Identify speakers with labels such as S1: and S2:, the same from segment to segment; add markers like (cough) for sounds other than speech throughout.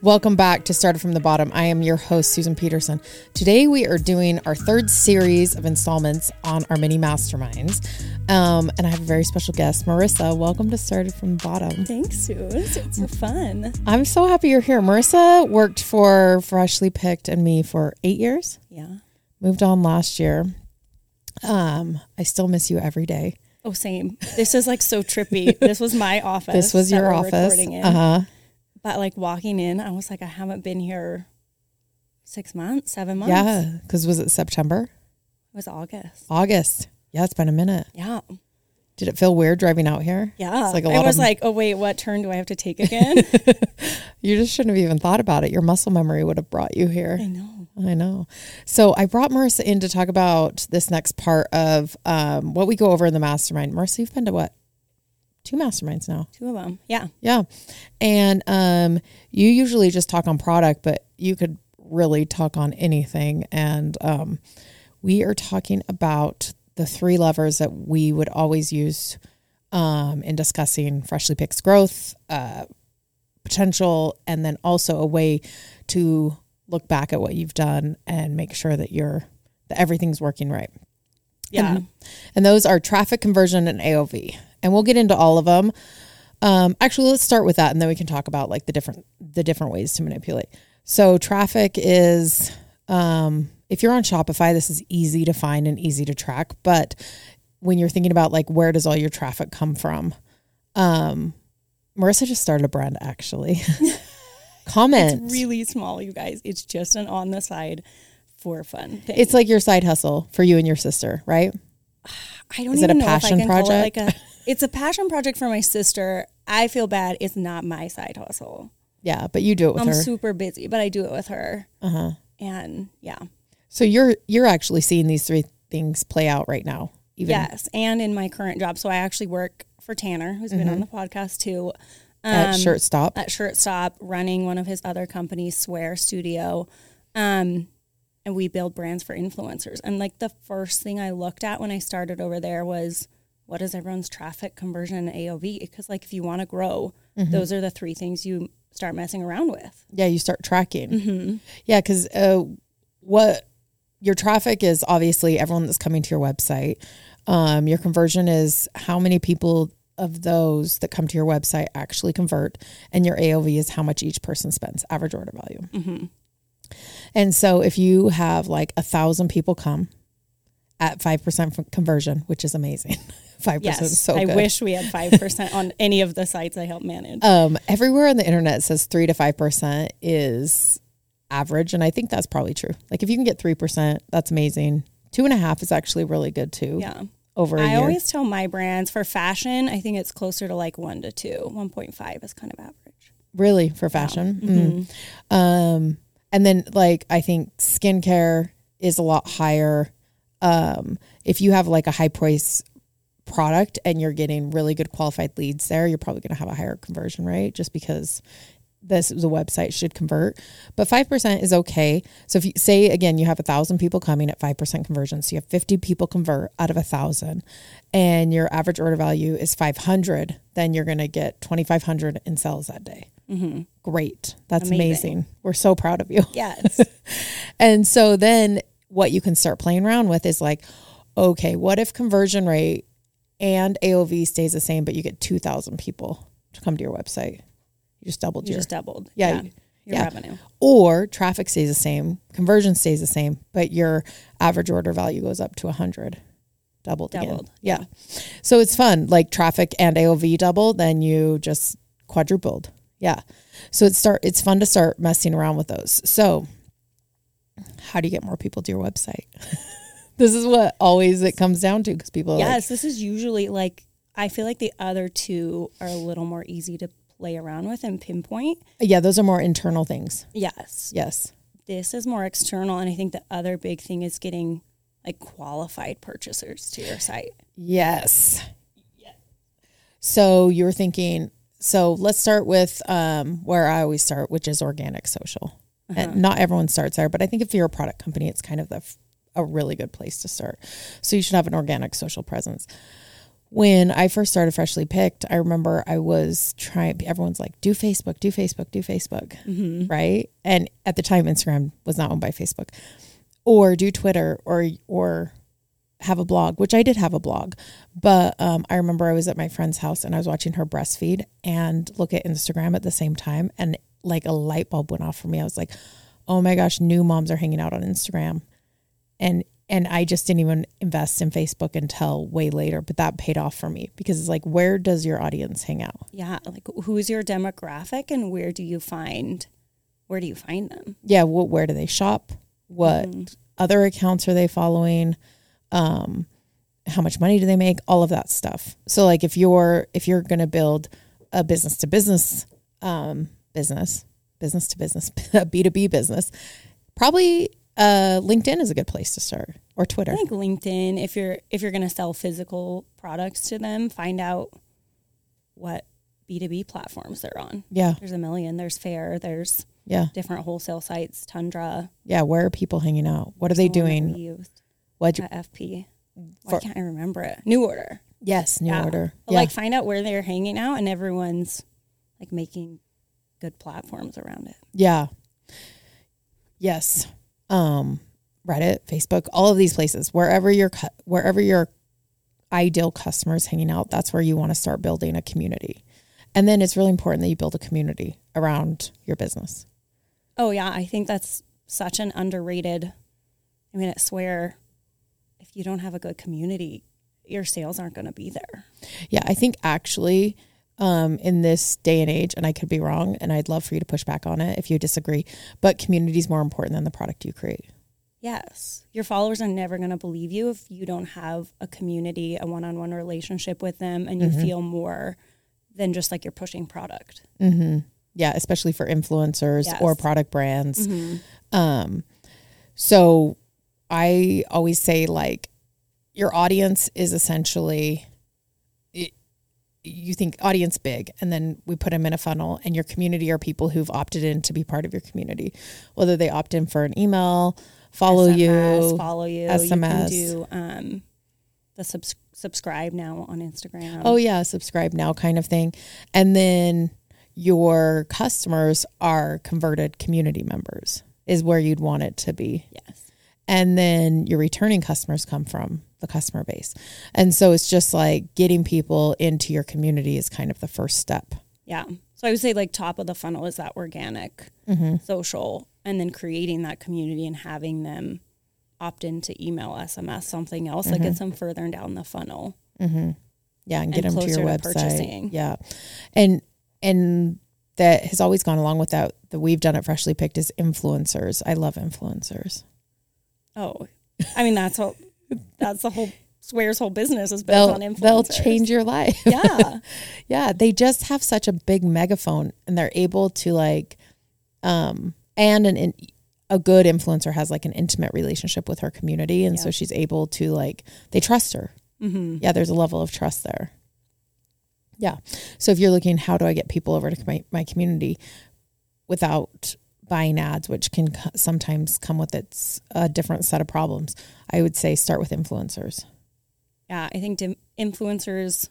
S1: Welcome back to Started from the Bottom. I am your host, Susan Peterson. Today we are doing our third series of installments on our mini masterminds. Um, and I have a very special guest, Marissa. Welcome to Started from the Bottom.
S2: Thanks, Suze. It's so fun.
S1: I'm so happy you're here. Marissa worked for Freshly Picked and me for eight years,
S2: Yeah.
S1: moved on last year. Um, I still miss you every day. (laughs)
S2: Oh, same. This is like so trippy. this was my office.
S1: This was
S2: that
S1: your
S2: we're
S1: office.
S2: recording in.
S1: Uh huh.
S2: But like walking in, I was like, I haven't been here six months, seven months.
S1: Yeah. Because was it September?
S2: It was August.
S1: August. Yeah, it's been a minute.
S2: Yeah.
S1: Did it feel weird driving out here?
S2: Yeah.
S1: It's like a
S2: I
S1: lot
S2: was
S1: of-
S2: like, oh, wait, what turn do I have to
S1: (laughs)
S2: take again?
S1: You just shouldn't have even thought about it. Your muscle memory would have brought you
S2: I
S1: here.
S2: know.
S1: I know. So I brought Marissa in to talk about this next part of um, what we go over in the mastermind. Marissa, you've been to what? Two masterminds now.
S2: Two of them. Yeah.
S1: Yeah. And um, you usually just talk on product, but you could really talk on anything. And um, we are talking about the three levers that we would always use um, in discussing freshly picked growth, uh, potential, and then also a way to look back at what you've done and make sure that you're that everything's working right. (laughs)
S2: Yeah.
S1: And, and those are traffic conversion and AOV. And we'll get into all of them. Um, actually, let's start with that, and then we can talk about like the different the different ways to manipulate. So traffic is, um, if you're on Shopify, this is easy to find and easy to track. But when you're thinking about like where does all your traffic come from, um, Marissa just started a brand actually. (laughs) Comment.
S2: It's really small, you guys. It's just an on the side for fun thing.
S1: it's like your side hustle for you and your sister, right?
S2: I don't
S1: Is it a
S2: even know
S1: passion
S2: if I can
S1: project? (laughs)
S2: call it like a. It's a passion project for my sister. I feel bad. It's not my side hustle.
S1: Yeah, but you do it with
S2: I'm
S1: her.
S2: super busy, but I do it with her. Uh-huh. And yeah.
S1: So you're you're actually seeing these three things play out right now. Even
S2: Yes. And in my current job. So I actually work for Tanner, who's been on the podcast too,
S1: Mm-hmm.
S2: um,
S1: at Shirt Stop.
S2: at Shirtstop, running one of his other companies, Swear Studio. Um, and we build brands for influencers. And like the first thing I looked at when I started over there was what is everyone's traffic conversion and AOV? Because like if you want to grow,
S1: Mm-hmm.
S2: those are the three things you start messing around with.
S1: yeah, you start tracking.
S2: mm-hmm.
S1: Yeah, because uh, what your traffic is obviously everyone that's coming to your website. Um, your conversion is how many people of those that come to your website actually convert, and your AOV is how much each person spends, average order value.
S2: Mm-hmm.
S1: And so if you have like a thousand people come at five percent conversion, which is amazing, (laughs) five percent is
S2: Yes.
S1: so
S2: I
S1: good.
S2: wish we had 5% on any of the sites I help manage.
S1: um, everywhere on the internet says three to five percent is average, and I think that's probably true. Like if you can get three percent, that's amazing. Two and a half is actually really good too.
S2: Yeah.
S1: over a
S2: I
S1: year.
S2: always tell my brands for fashion, I think it's closer to like one to two. 1.5 is kind of average.
S1: really for fashion.
S2: Mm-hmm.
S1: Mm. Um, and then like I think skincare is a lot higher. Um, if you have like a high price product and you're getting really good qualified leads there, you're probably going to have a higher conversion rate just because this the website should convert. But five percent is okay. So if you say again, you have a thousand people coming at five percent conversion, so you have fifty people convert out of a thousand, and your average order value is five hundred, then you're going to get twenty five hundred in sales that day. Great, that's amazing.
S2: Amazing.
S1: We're so proud of you. (laughs)
S2: Yes.
S1: And so then what you can start playing around with is like, okay, what if conversion rate and AOV stays the same, but you get 2,000 people to come to your website? You just doubled
S2: you
S1: your.
S2: just doubled.
S1: Yeah,
S2: Your
S1: yeah.
S2: revenue.
S1: or traffic stays the same, conversion stays the same, but your average order value goes up to 100. Doubled, again.
S2: Doubled,
S1: Yeah. So it's fun. Like traffic and AOV double, then you just quadrupled. Yeah. So it's start it's fun to start messing around with those. So how do you get more people to your website? (laughs) this is what always it comes down to because people are like,
S2: Yes. This is usually like, I feel like the other two are a little more easy to play around with and pinpoint.
S1: yeah, those are more internal things.
S2: Yes.
S1: Yes.
S2: This is more external. And I think the other big thing is getting like qualified purchasers to your site.
S1: Yes. So you're thinking, so let's start with um, where I always start, which is organic social. And not everyone starts there, but I think if you're a product company, it's kind of the, f- a really good place to start. So you should have an organic social presence. when I first started freshly picked, I remember I was trying. Everyone's like, "Do Facebook, do Facebook, do Facebook," right? And at the time, Instagram was not owned by Facebook, or do Twitter, or or have a blog, which I did have a blog. But um, I remember I was at my friend's house and I was watching her breastfeed and look at Instagram at the same time, and like a light bulb went off for me. I was like, "Oh my gosh, new moms are hanging out on Instagram." and and I just didn't even invest in Facebook until way later, but that paid off for me because it's like where does your audience hang out?
S2: Yeah, like who's your demographic and where do you find where do you find them?
S1: Yeah, what where do they shop? What
S2: Mm-hmm.
S1: other accounts are they following? Um how much money do they make? All of that stuff. So like if you're if you're going to build a business to business um business, business to business, (laughs) B2B business, probably uh LinkedIn is a good place to start or Twitter.
S2: I think LinkedIn if you're if you're going to sell physical products to them, find out what B2B platforms they're on.
S1: Yeah.
S2: There's a million, there's Fair, there's
S1: Yeah.
S2: different wholesale sites, Tundra.
S1: Yeah, where are people hanging out? What are they
S2: the one that
S1: doing?
S2: we used
S1: What
S2: at FP. Why
S1: For-
S2: can't I remember it? New Order.
S1: Yes, new
S2: Yeah.
S1: order.
S2: But
S1: yeah.
S2: like find out where they're hanging out and everyone's like making good platforms around it.
S1: yeah. Yes. Um Reddit, Facebook, all of these places, wherever your cu- wherever your ideal customers hanging out, that's where you want to start building a community. And then it's really important that you build a community around your business.
S2: Oh yeah, I think that's such an underrated. I mean, I swear, if you don't have a good community, your sales aren't going to be there.
S1: Yeah, I think actually um, in this day and age, and I could be wrong, and I'd love for you to push back on it if you disagree, but community is more important than the product you create.
S2: Yes, your followers are never going to believe you if you don't have a community, a one-on-one relationship with them, and you
S1: Mm-hmm.
S2: feel more than just like you're pushing product.
S1: Mm-hmm. yeah especially for influencers
S2: Yes.
S1: or product brands um so i always say like your audience is essentially it, you think audience big and then we put them in a funnel and your community are people who've opted in to be part of your community whether they opt in for an email follow
S2: SMS,
S1: you
S2: follow you.
S1: SMS.
S2: You can do um, the subs- subscribe now on Instagram.
S1: oh yeah subscribe now kind of thing and then your customers are converted community members is where you'd want it to be
S2: yes.
S1: and then your returning customers come from the customer base. And so it's just like getting people into your community is kind of the first step.
S2: Yeah. So I would say like top of the funnel is that organic
S1: Mm-hmm.
S2: social and then creating that community and having them opt into email, SMS, something else
S1: Mm-hmm.
S2: that gets them further down the funnel.
S1: Yeah, and get
S2: And
S1: them to your
S2: closer to
S1: website.
S2: purchasing.
S1: Yeah. And and that has always gone along with that that we've done at Freshly Picked is influencers. I love influencers.
S2: Oh, I mean, that's all, that's the whole Swear's whole business is built
S1: They'll,
S2: on influencers.
S1: they'll change your life. (laughs)
S2: (laughs) Yeah.
S1: Yeah, they just have such a big megaphone and they're able to like um and an in, a good influencer has like an intimate relationship with her community and so
S2: Yeah.
S1: she's able to like they trust her.
S2: hmm
S1: Yeah, there's a level of trust there. Yeah. So if you're looking how do I get people over to my, my community without buying ads which can co- sometimes come with its a different set of problems, I would say start with influencers.
S2: Yeah. I think dim- influencers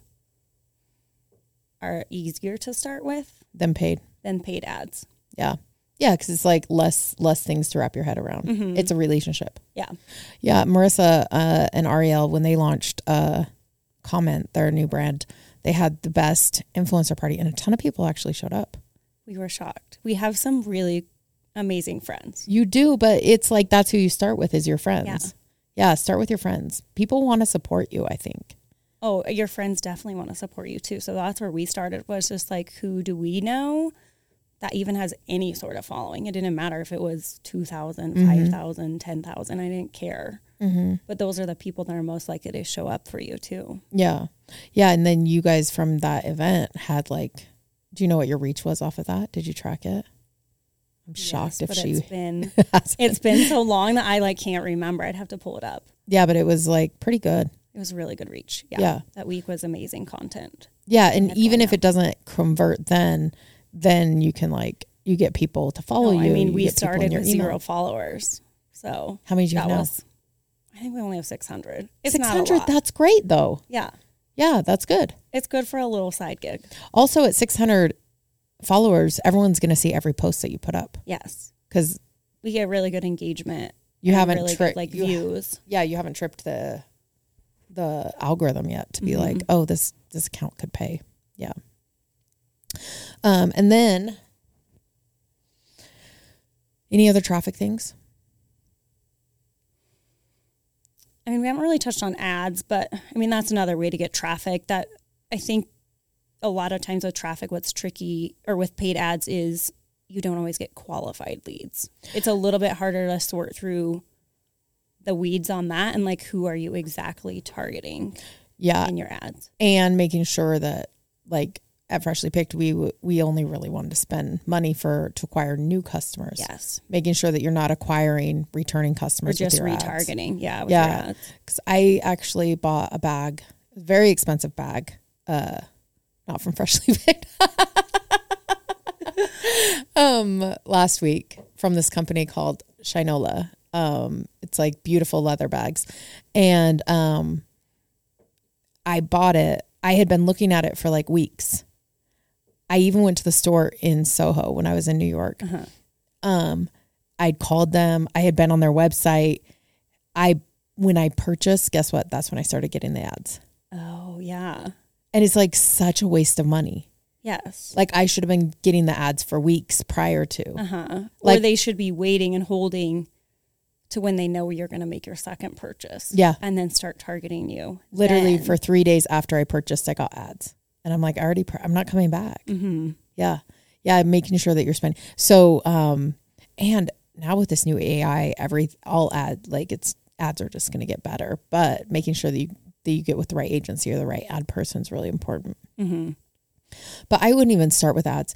S2: are easier to start with
S1: Then paid
S2: than paid ads.
S1: Yeah. Yeah, because it's like less less things to wrap your head around.
S2: Mm-hmm.
S1: It's a relationship.
S2: Yeah.
S1: Yeah, Marissa uh, and Ariel when they launched uh, Comment, their new brand, they had the best influencer party, and a ton of people actually showed up.
S2: We were shocked. We have some really amazing friends.
S1: You do, but it's like that's who you start with is your friends. Yeah, start with your friends. People want to support you. I think.
S2: Oh, your friends definitely want to support you too. So that's where we started was just like, who do we know that even has any sort of following? It didn't matter if it was 2,000,
S1: Mm-hmm.
S2: 5,000, 10,000. I didn't care. But those are the people that are most likely to show up for you too.
S1: Yeah, yeah, and then you guys from that event had like, do you know what your reach was off of that? Did you track it? I'm shocked
S2: Yes,
S1: if
S2: but
S1: she
S2: It's been,
S1: (laughs) has.
S2: it's been so long that I like can't remember. I'd have to pull it up.
S1: Yeah, but it was like pretty good.
S2: It was really good reach. Yeah.
S1: Yeah.
S2: That week was amazing content.
S1: Yeah, and
S2: That's all
S1: even
S2: I
S1: if it doesn't convert, then then you can like you get people to follow
S2: No,
S1: Oh, you.
S2: I mean,
S1: you
S2: we
S1: get people in
S2: started
S1: your
S2: with
S1: email.
S2: zero followers. So
S1: How many do you
S2: that
S1: have now?
S2: was, I think we only have 600. It's
S1: Six
S2: 600, not a
S1: hundred.
S2: lot.
S1: That's great though.
S2: yeah.
S1: Yeah, that's good.
S2: It's good for a little side gig.
S1: Also, at 600 followers, everyone's going to see every post that you put up
S2: Yes.
S1: because
S2: We get really good engagement.
S1: you
S2: and
S1: haven't
S2: really
S1: tri-
S2: good, like
S1: you-
S2: views.
S1: yeah, you haven't tripped the the algorithm yet to be
S2: Mm-hmm.
S1: like, oh, this this account could pay. Yeah. Um, and then any other traffic things?
S2: I mean, we haven't really touched on ads, but I mean, that's another way to get traffic. That I think a lot of times with traffic, what's tricky or with paid ads is you don't always get qualified leads. It's a little bit harder to sort through the weeds on that and like who are you exactly targeting
S1: Yeah,
S2: in your ads.
S1: and making sure that like at freshly picked, we w- we only really wanted to spend money for to acquire new customers.
S2: Yes.
S1: Making sure that you're not acquiring returning
S2: Or
S1: customers
S2: just
S1: with your ads.
S2: retargeting. Yeah. With Your
S1: Yeah,
S2: ads.
S1: because I actually bought a bag, very expensive bag, uh, not from (laughs) Freshly Picked, um, last week from this company called Shinola. Um, it's like beautiful leather bags, and um, I bought it. I had been looking at it for like weeks. I even went to the store in Soho when I was in New York. Um, I'd called them. I had been on their website. I when I purchased, guess what? That's when I started getting the ads.
S2: Oh, yeah.
S1: And it's like such a waste of money.
S2: Yes.
S1: Like I should have been getting the ads for weeks prior to.
S2: Uh huh. or
S1: Like-
S2: they should be waiting and holding to when they know you're going to make your second purchase.
S1: Yeah.
S2: And then start targeting you.
S1: Literally
S2: then.
S1: for 3 days after I purchased, I got ads. And I'm like, I already pur- I'm not coming back.
S2: Mhm.
S1: Yeah. Yeah, I'm making sure that you're spending. So, um and now with this new AI, every all ad like it's ads are just going to get better, but making sure that you that you get with the right agency or the right ad person is really important.
S2: Mhm.
S1: But I wouldn't even start with ads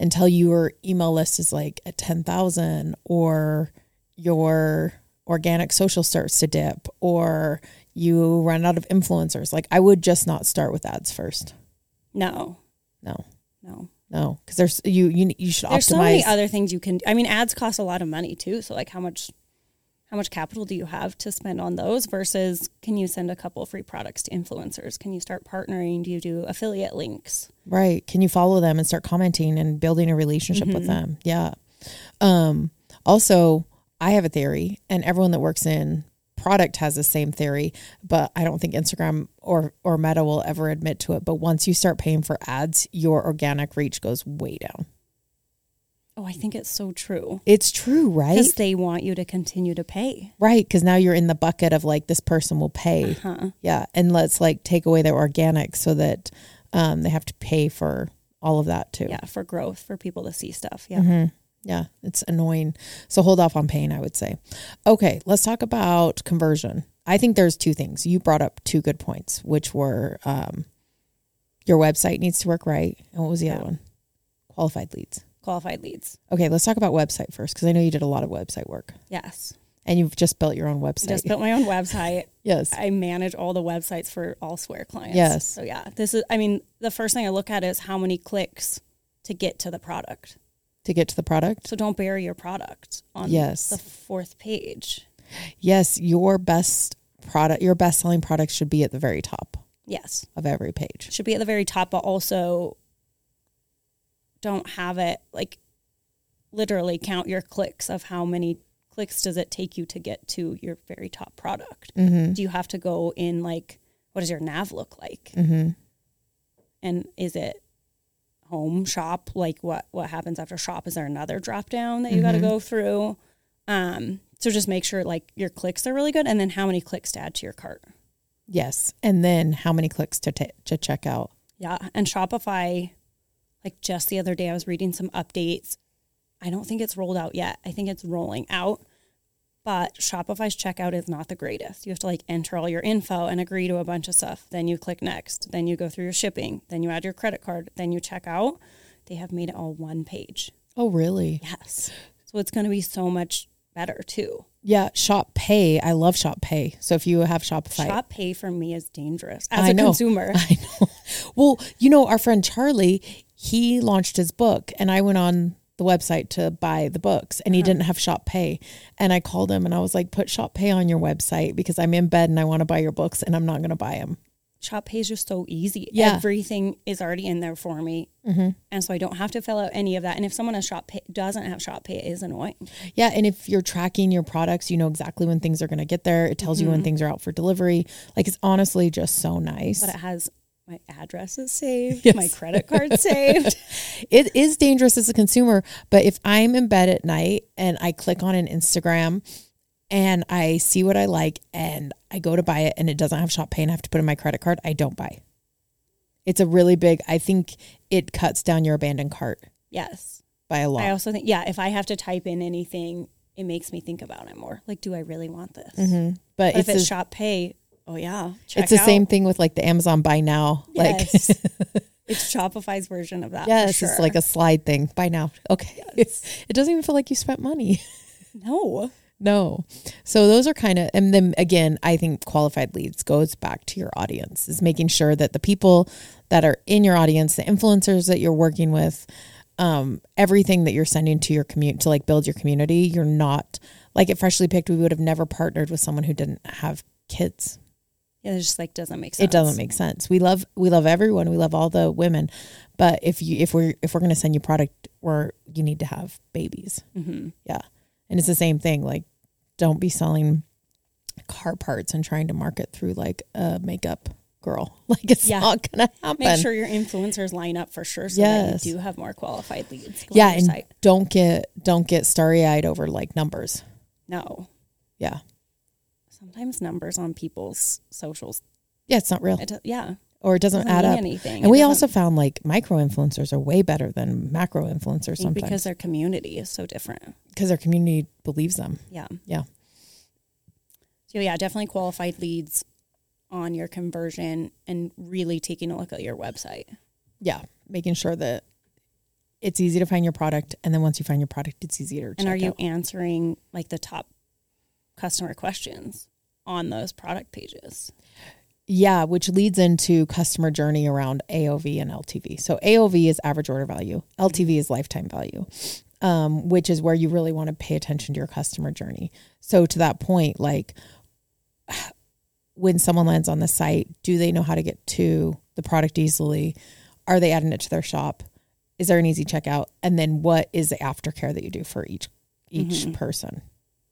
S1: until your email list is like at 10,000 or your organic social starts to dip or you run out of influencers. Like I would just not start with ads first.
S2: No,
S1: No.
S2: no.
S1: No, cuz there's you you you should
S2: There's so
S1: optimize
S2: many other things you can. I mean, ads cost a lot of money too. So like, how much, how much capital do you have to spend on those? Versus, can you send a couple free products to influencers? Can you start partnering? Do you do affiliate links?
S1: Right. Can you follow them and start commenting and building a relationship with them? Yeah. Um, also, I have a theory, and everyone that works in product has the same theory, but I don't think Instagram or, or Meta will ever admit to it. But once you start paying for ads, your organic reach goes way down.
S2: Oh, I think it's so true
S1: It's true, right?
S2: because they want you to continue to pay.
S1: Right. Because now you're in the bucket of like, this person will pay.
S2: Huh.
S1: Yeah. And let's like take away their organic so that um, they have to pay for all of that too.
S2: Yeah, for growth, for people to see stuff. Yeah.
S1: Mhm. Yeah, it's annoying. So hold off on pain, I would say. Okay, let's talk about conversion. I think there's two things. You brought up two good points, which were um, your website needs to work right. And what was the other
S2: Yeah.
S1: one? Qualified leads.
S2: Qualified leads.
S1: Okay, let's talk about website first because I know you did a lot of website work
S2: Yes.
S1: and you've just built your own website.
S2: Just built my own website.
S1: yes.
S2: I manage all the websites for all Square clients.
S1: Yes.
S2: So yeah, this is. I mean, the first thing I look at is how many clicks to get to the product.
S1: to get to the product.
S2: So don't bury your product on
S1: Yes.
S2: the fourth page.
S1: Yes, your best product, your best selling product should be at the very top
S2: Yes,
S1: of every page.
S2: should be at the very top, but also don't have it like literally count your clicks of how many clicks does it take you to get to your very top product. Do you have to go in like what does your nav look like?
S1: Mm-hmm.
S2: and is it home shop like what what happens after shop is there another drop down that you got to go through um so just make sure like your clicks are really good and then how many clicks to add to your cart
S1: Yes. And then how many clicks to, ta to check out?
S2: yeah and shopify like just the other day i was reading some updates i don't think it's rolled out yet i think it's rolling out but shopify's checkout is not the greatest you have to like enter all your info and agree to a bunch of stuff then you click next then you go through your shipping then you add your credit card then you check out they have made it all one page
S1: Oh, really?
S2: Yes. So it's going to be so much better too.
S1: Yeah, Shop Pay. I love Shop Pay. So if you have Shopify,
S2: Shop pay for me is dangerous as
S1: I
S2: a
S1: know.
S2: consumer.
S1: (laughs) I know. Well, you know, our friend Charlie, he launched his book, and I went on the website to buy the books, and he didn't have Shop Pay. And I called him, and I was like, "Put Shop Pay on your website because I'm in bed and I want to buy your books, and I'm not going to buy them."
S2: Shop Pay is just so easy.
S1: Yeah. Mm-hmm.
S2: Everything is already in there for me. And so I don't have to fill out any of that. And if someone has Shop Pay, doesn't have Shop Pay, it is annoying.
S1: Yeah, and if you're tracking your products, you know exactly when things are going to get there. It tells you when things are out for delivery. Like it's honestly just so nice.
S2: But it has my address is saved,
S1: Yes.
S2: my credit card (laughs) saved.
S1: it is dangerous as a consumer, but if I'm in bed at night and I click on an Instagram and I see what I like and I go to buy it and it doesn't have shop pay and I have to put in my credit card, I don't buy. It's a really big, I think it cuts down your abandoned cart
S2: Yes.
S1: by a
S2: I
S1: lot.
S2: also think, yeah, if I have to type in anything, it makes me think about it more. Like, do I really want this?
S1: But
S2: But
S1: Mm-hmm. it's,
S2: if it's
S1: the-
S2: Shop Pay, oh yeah, check
S1: it's the
S2: out.
S1: same thing with like the Amazon buy now. Like, (laughs)
S2: Yes. it's Shopify's version of that.
S1: yeah, (laughs)
S2: Yeah,
S1: it's just like a slide thing. Buy now. Okay. (laughs) it doesn't even feel like you spent money.
S2: no.
S1: No. So those are kind of, and then again, I think qualified leads goes back to your audience is making sure that the people that are in your audience, the influencers that you're working with, um, everything that you're sending to your community to like build your community, you're not like at Freshly Picked, we would have never partnered with someone who didn't have kids.
S2: It just like doesn't make sense.
S1: It doesn't make sense. We love we love everyone. We love all the women, but if you if we're if we're gonna send you product, where you need to have babies.
S2: Mhm.
S1: Yeah. And it's the same thing. Like, don't be selling car parts and trying to market through like a makeup girl. (laughs) Like, it's
S2: Yeah.
S1: not going to happen.
S2: Make sure your influencers line up for sure, so
S1: Yes.
S2: that you do have more qualified leads. going
S1: yeah.
S2: on your
S1: And
S2: site.
S1: don't get, don't get starry eyed over like numbers.
S2: no.
S1: Yeah.
S2: Sometimes numbers on people's socials,
S1: Yeah. It's not real
S2: it, do- yeah,
S1: or it doesn't,
S2: doesn't
S1: add
S2: mean
S1: up.
S2: anything.
S1: And
S2: It
S1: we
S2: doesn't-
S1: also found like micro influencers are way better than macro influencers
S2: I think
S1: sometimes
S2: because their community is so different.
S1: because their community believes them.
S2: Yeah.
S1: Yeah.
S2: So yeah, definitely qualified leads on your conversion and really taking a look at your website.
S1: Yeah. Making sure that it's easy to find your product. And then once you find your product, it's easier to
S2: and are
S1: check
S2: you
S1: out.
S2: answering like the top customer questions on those product pages?
S1: Yeah, which leads into customer journey around AOV and LTV. So AOV is average order value, LTV is lifetime value, um, which is where you really want to pay attention to your customer journey. So to that point, like (sighs) when someone lands on the site, do they know how to get to the product easily? Are they adding it to their shop? Is there an easy checkout? And then what is the aftercare that you do for each each person?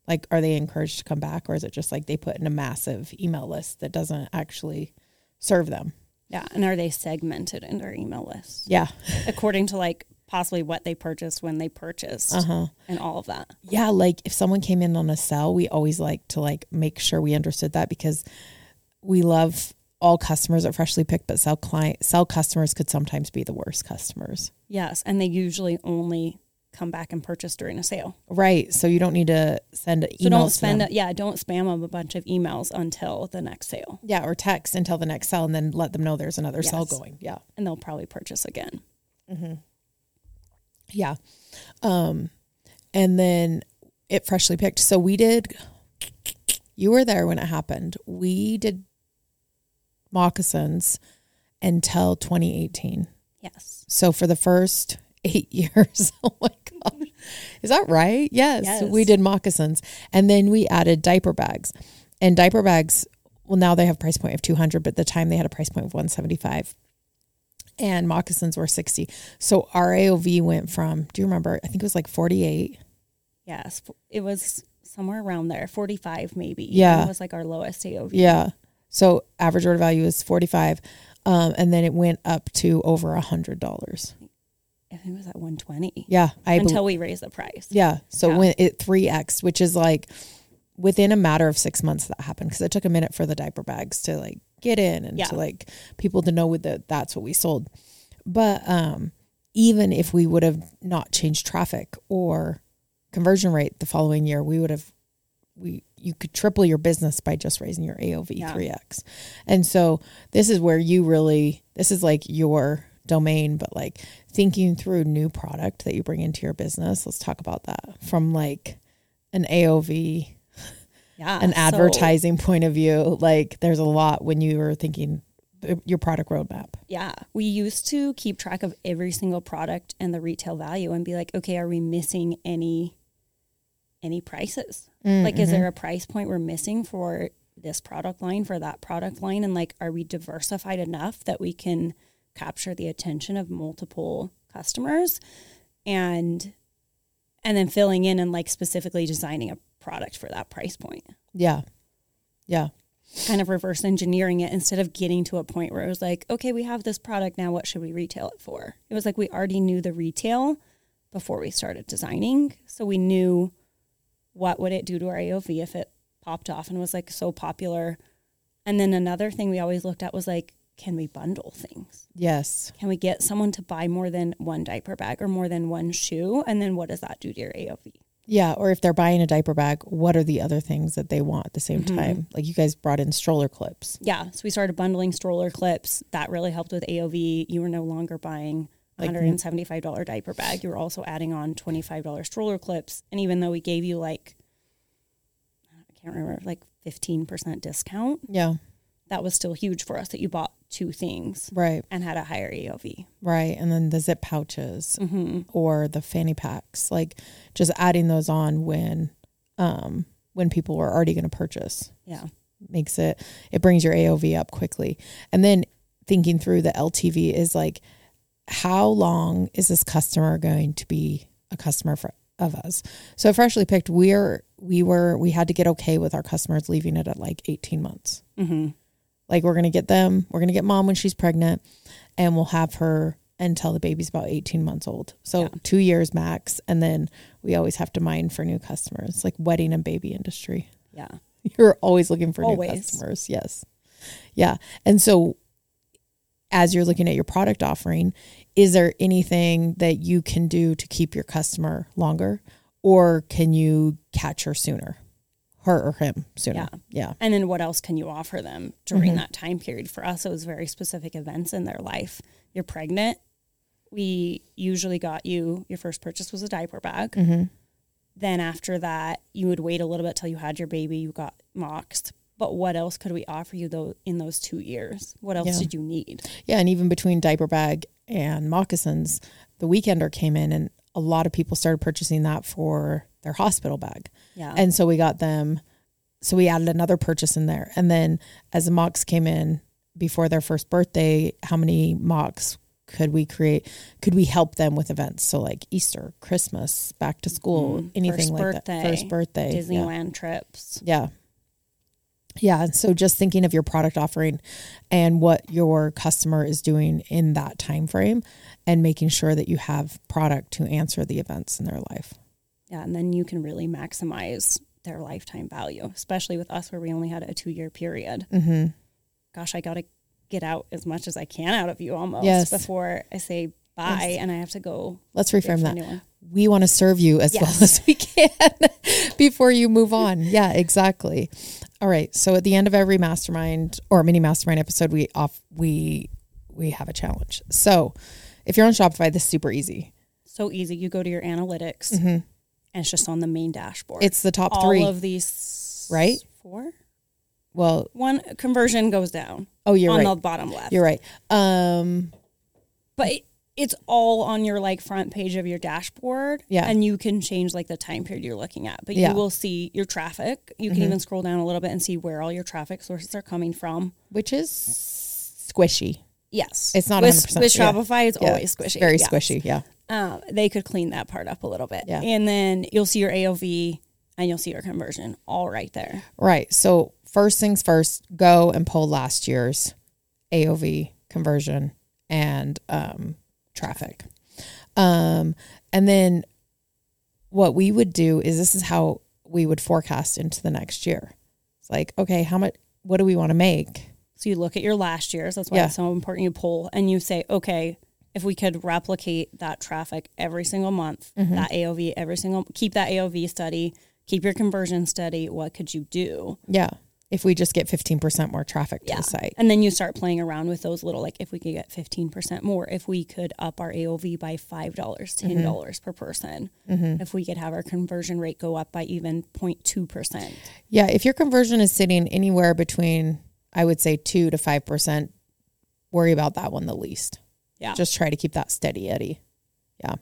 S1: Like are they encouraged to come back or is it just like they put in a massive email list that doesn't actually serve them?
S2: Yeah. And are they segmented in their email list
S1: Yeah. (laughs)
S2: according to like possibly what they purchased when they purchased
S1: Uh-huh.
S2: and all of that?
S1: Yeah, like if someone came in on a sell, we always like to like make sure we understood that because we love all customers at freshly picked, but sell client sell customers could sometimes be the worst customers.
S2: Yes. And they usually only come back and purchase during a sale.
S1: Right. So you don't need to send emails.
S2: So don't
S1: to
S2: spend,
S1: them.
S2: yeah, don't spam them a bunch of emails until the next sale
S1: yeah, or text until the next cell and then let them know there's another cell
S2: Yes.
S1: going. Yeah.
S2: and they'll probably purchase again.
S1: Yeah. Um and then it freshly picked. So we did you were there when it happened. We did moccasins until 2018.
S2: Yes.
S1: So for the first eight (laughs) years, oh my gosh, is that right? Yes,
S2: Yes.
S1: we did moccasins, and then we added diaper bags, and diaper bags. Well, now they have price point of two hundred, but at the time they had a price point of one seventy five, and moccasins were sixty. So our AOV went from. Do you remember? I think it was like forty eight.
S2: Yes. It was somewhere around there, 45 maybe.
S1: Yeah.
S2: It was like our lowest AOV.
S1: Yeah. So average order value is forty five, um, and then it went up to over a hundred dollars.
S2: I think it was at 120
S1: Yeah, I believe.
S2: until we raised the price.
S1: Yeah. So
S2: Yeah.
S1: when it 3X, which is like within a matter of six months that happened because it took a minute for the diaper bags to like get in and
S2: Yeah.
S1: to like people to know that that's what we sold. But um, even if we would have not changed traffic or conversion rate the following year, we would have we you could triple your business by just raising your AOV
S2: Yeah.
S1: 3x. And so this is where you really this is like your domain but like thinking through new product that you bring into your business. Let's talk about that from like an AOV
S2: Yeah.
S1: an
S2: so-
S1: advertising point of view. Like there's a lot when you are thinking th- your product roadmap.
S2: yeah. We used to keep track of every single product and the retail value and be like, okay, are we
S1: Mm,
S2: missing
S1: Mm-hmm.
S2: any any prices? Like is there a price point we're missing for this product line for that product line and like are we diversified enough that we can capture the attention of multiple customers and and then filling in and like specifically designing a product for that price point
S1: Yeah. Yeah.
S2: kind of reverse engineering it instead of getting to a point where it was like okay we have this product now what should we retail it for it was like we already knew the retail before we started designing so we knew what would it do to our AOV if it popped off and was like so popular and then another thing we always looked at was like can we bundle things
S1: Yes.
S2: can we get someone to buy more than one diaper bag or more than one shoe? And then what does that do to your AOV?
S1: Yeah. Or if they're buying a diaper bag, what are the other things that they want at the same time? Like you guys brought in stroller clips.
S2: Yeah. So we started bundling stroller clips. That really helped with AOV. You were no longer buying a
S1: Like-
S2: $175 diaper bag. You were also adding on $25 stroller clips. And even though we gave you like, I can't remember, like 15% discount,
S1: Yeah.
S2: that was still huge for us that you bought two things
S1: Right.
S2: and had a higher AOV.
S1: Right. And then the zip pouches or the fanny packs, like just adding those on when, um, when people were already going to purchase
S2: Yeah.
S1: makes it, it brings your AOV up quickly. And then thinking through the LTV is like, how long is this customer going to be a customer for, of us? So freshly picked, we're, we were, we had to get okay with our customers leaving it at like 18 months.
S2: hmm
S1: Like we're gonna get them. We're gonna get mom when she's pregnant, and we'll have her until the baby's about eighteen months old. So
S2: Yeah.
S1: two years max, and then we always have to mine for new customers, like wedding and baby industry.
S2: Yeah.
S1: (laughs) You're always looking for
S2: Always.
S1: new customers. Yes, yeah. And so, as you're looking at your product offering, is there anything that you can do to keep your customer longer, or can you catch her sooner, her or him sooner? Yeah.
S2: and then what else can you offer them during
S1: Mm-hmm.
S2: that time period for us it was very specific events in their life you're pregnant we usually got you your first purchase was a diaper bag
S1: Mm-hmm.
S2: then after that you would wait a little bit till you had your baby you got moxed but what else could we offer you though in those two years what else
S1: Yeah.
S2: did you need
S1: Yeah, and even between diaper bag and moccasins, the weekender came in and a lot of people started purchasing that for their hospital bag.
S2: yeah
S1: And so we got them so we added another purchase in there. And then as the mocks came in before their first birthday, how many mocks could we create? Could we help them with events? So like Easter, Christmas, back to school,
S2: Mhm.
S1: anything
S2: First
S1: like
S2: birthday,
S1: that. First birthday. yeah.
S2: disneyland trips
S1: Yeah. Yeah. and So just thinking of your product offering and what your customer is doing in that time frame and making sure that you have product to answer the events in their life.
S2: yeah and then you can really maximize their lifetime value especially with us where we only had a two year period
S1: Mm-hmm.
S2: gosh, I got to get out as much as I can out of you almost
S1: Yes.
S2: before I say bye and I have to go
S1: Let's
S2: get
S1: reframe
S2: a
S1: that.
S2: new one.
S1: We want to serve you as well
S2: Yes.
S1: (laughs) as we can before you move on. (laughs) Yeah, exactly. All right. So at the end of every mastermind or mini mastermind episode, we off we we have a challenge. So if you're on Shopify, this is super easy.
S2: So easy. You go to your analytics and it's just on the main dashboard.
S1: Mm-hmm. It's the top
S2: all
S1: three.
S2: of these,
S1: right?
S2: Four.
S1: well,
S2: One conversion goes down
S1: oh, you're
S2: on
S1: right.
S2: the bottom left,
S1: You're right. Um,
S2: but it, it's all on your like front page of your dashboard.
S1: Yeah.
S2: and you can change like the time period you're looking at,
S1: Yeah.
S2: but
S1: Mm-hmm.
S2: you will see your traffic. You can even scroll down a little bit and see where all your traffic sources are coming from.
S1: which is squishy.
S2: Yes,
S1: It's not
S2: with,
S1: 100%,
S2: with
S1: yeah.
S2: Shopify. It's
S1: Yeah, it's
S2: always squishy,
S1: Very
S2: Yeah.
S1: squishy. Yeah.
S2: um, they could clean that part up a little bit.
S1: Yeah.
S2: And then you'll see your AOV and you'll see your conversion all right there.
S1: Right. So first things first, go and pull last year's AOV conversion and um, traffic. Um, and then what we would do is this is how we would forecast into the next year. It's like, okay, how much? What do we want to make?
S2: So you look at your last year's. That's why
S1: Yeah.
S2: it's so important you pull and you say, okay, if we could replicate that traffic every single month,
S1: Mm-hmm.
S2: that AOV every single, keep that AOV study, keep your conversion study, what could you do?
S1: Yeah. If we just get fifteen percent more traffic to the site.
S2: And then you start playing around with those little, like if we could get 15% more, if we could up our AOV by $5, dollars $10 dollars per person, if we could have our conversion rate go up by even 0.2%.
S1: Yeah, if your conversion is sitting anywhere between, I would say two to five percent, worry about that one the least.
S2: Yeah.
S1: Just try to keep that steady Eddie. Yeah.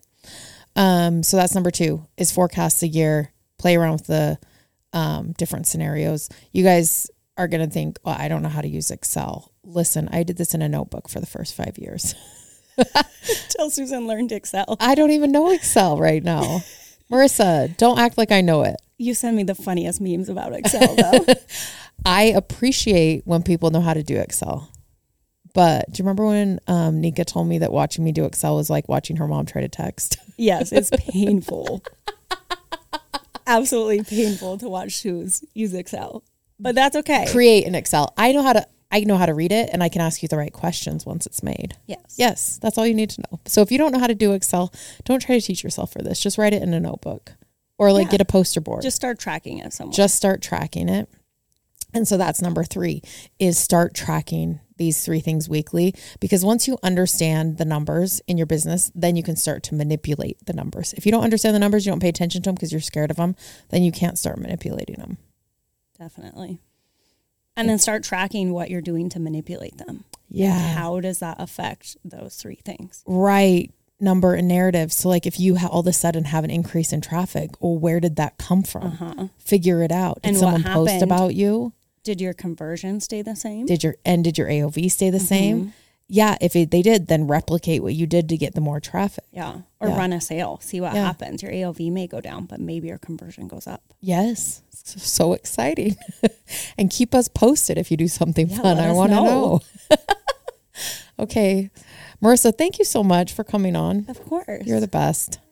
S1: Um, so that's number two is forecast the year, play around with the um, different scenarios. You guys are going to think, well, I don't know how to use Excel. Listen, I did this in a notebook for the first five years. (laughs)
S2: Till Susan learned Excel.
S1: I don't even know Excel right now. Marissa, don't act like I know it.
S2: You send me the funniest memes about Excel, (laughs) though.
S1: I appreciate when people know how to do Excel. But do you remember when um, Nika told me that watching me do Excel was like watching her mom try to text? (laughs)
S2: yes, it's painful. Absolutely painful to watch shoes use Excel. But that's okay.
S1: Create an Excel. I know how to. I know how to read it, and I can ask you the right questions once it's made.
S2: yes.
S1: Yes, that's all you need to know. So if you don't know how to do Excel, don't try to teach yourself for this. Just write it in a notebook or like
S2: Yeah.
S1: get a poster board.
S2: Just start tracking it somewhere.
S1: just start tracking it and so that's number three is start tracking these three things weekly because once you understand the numbers in your business then you can start to manipulate the numbers if you don't understand the numbers you don't pay attention to them because you're scared of them then you can't start manipulating them
S2: Definitely. And then start tracking what you're doing to manipulate them.
S1: yeah
S2: How does that affect those three things?
S1: right number and narrative so like if you ha- all of a sudden have an increase in traffic well where did that come from figure it out did
S2: Uh-huh. And what
S1: someone post
S2: happened?
S1: about you
S2: Did your conversion stay the same?
S1: did your and did your AOV stay the
S2: Mm-hmm.
S1: same? Yeah, if it, they did, then replicate what you did to get the more traffic.
S2: yeah. Or
S1: Yeah.
S2: run a sale, see what
S1: Yeah.
S2: happens. Your ALV may go down, but maybe your conversion goes up.
S1: Yes, so, so exciting, (laughs) and keep us posted if you do something
S2: Yeah,
S1: fun.
S2: let
S1: I
S2: us
S1: want to
S2: know.
S1: know. (laughs) okay, Marissa, thank you so much for coming on.
S2: Of course.
S1: You're the best.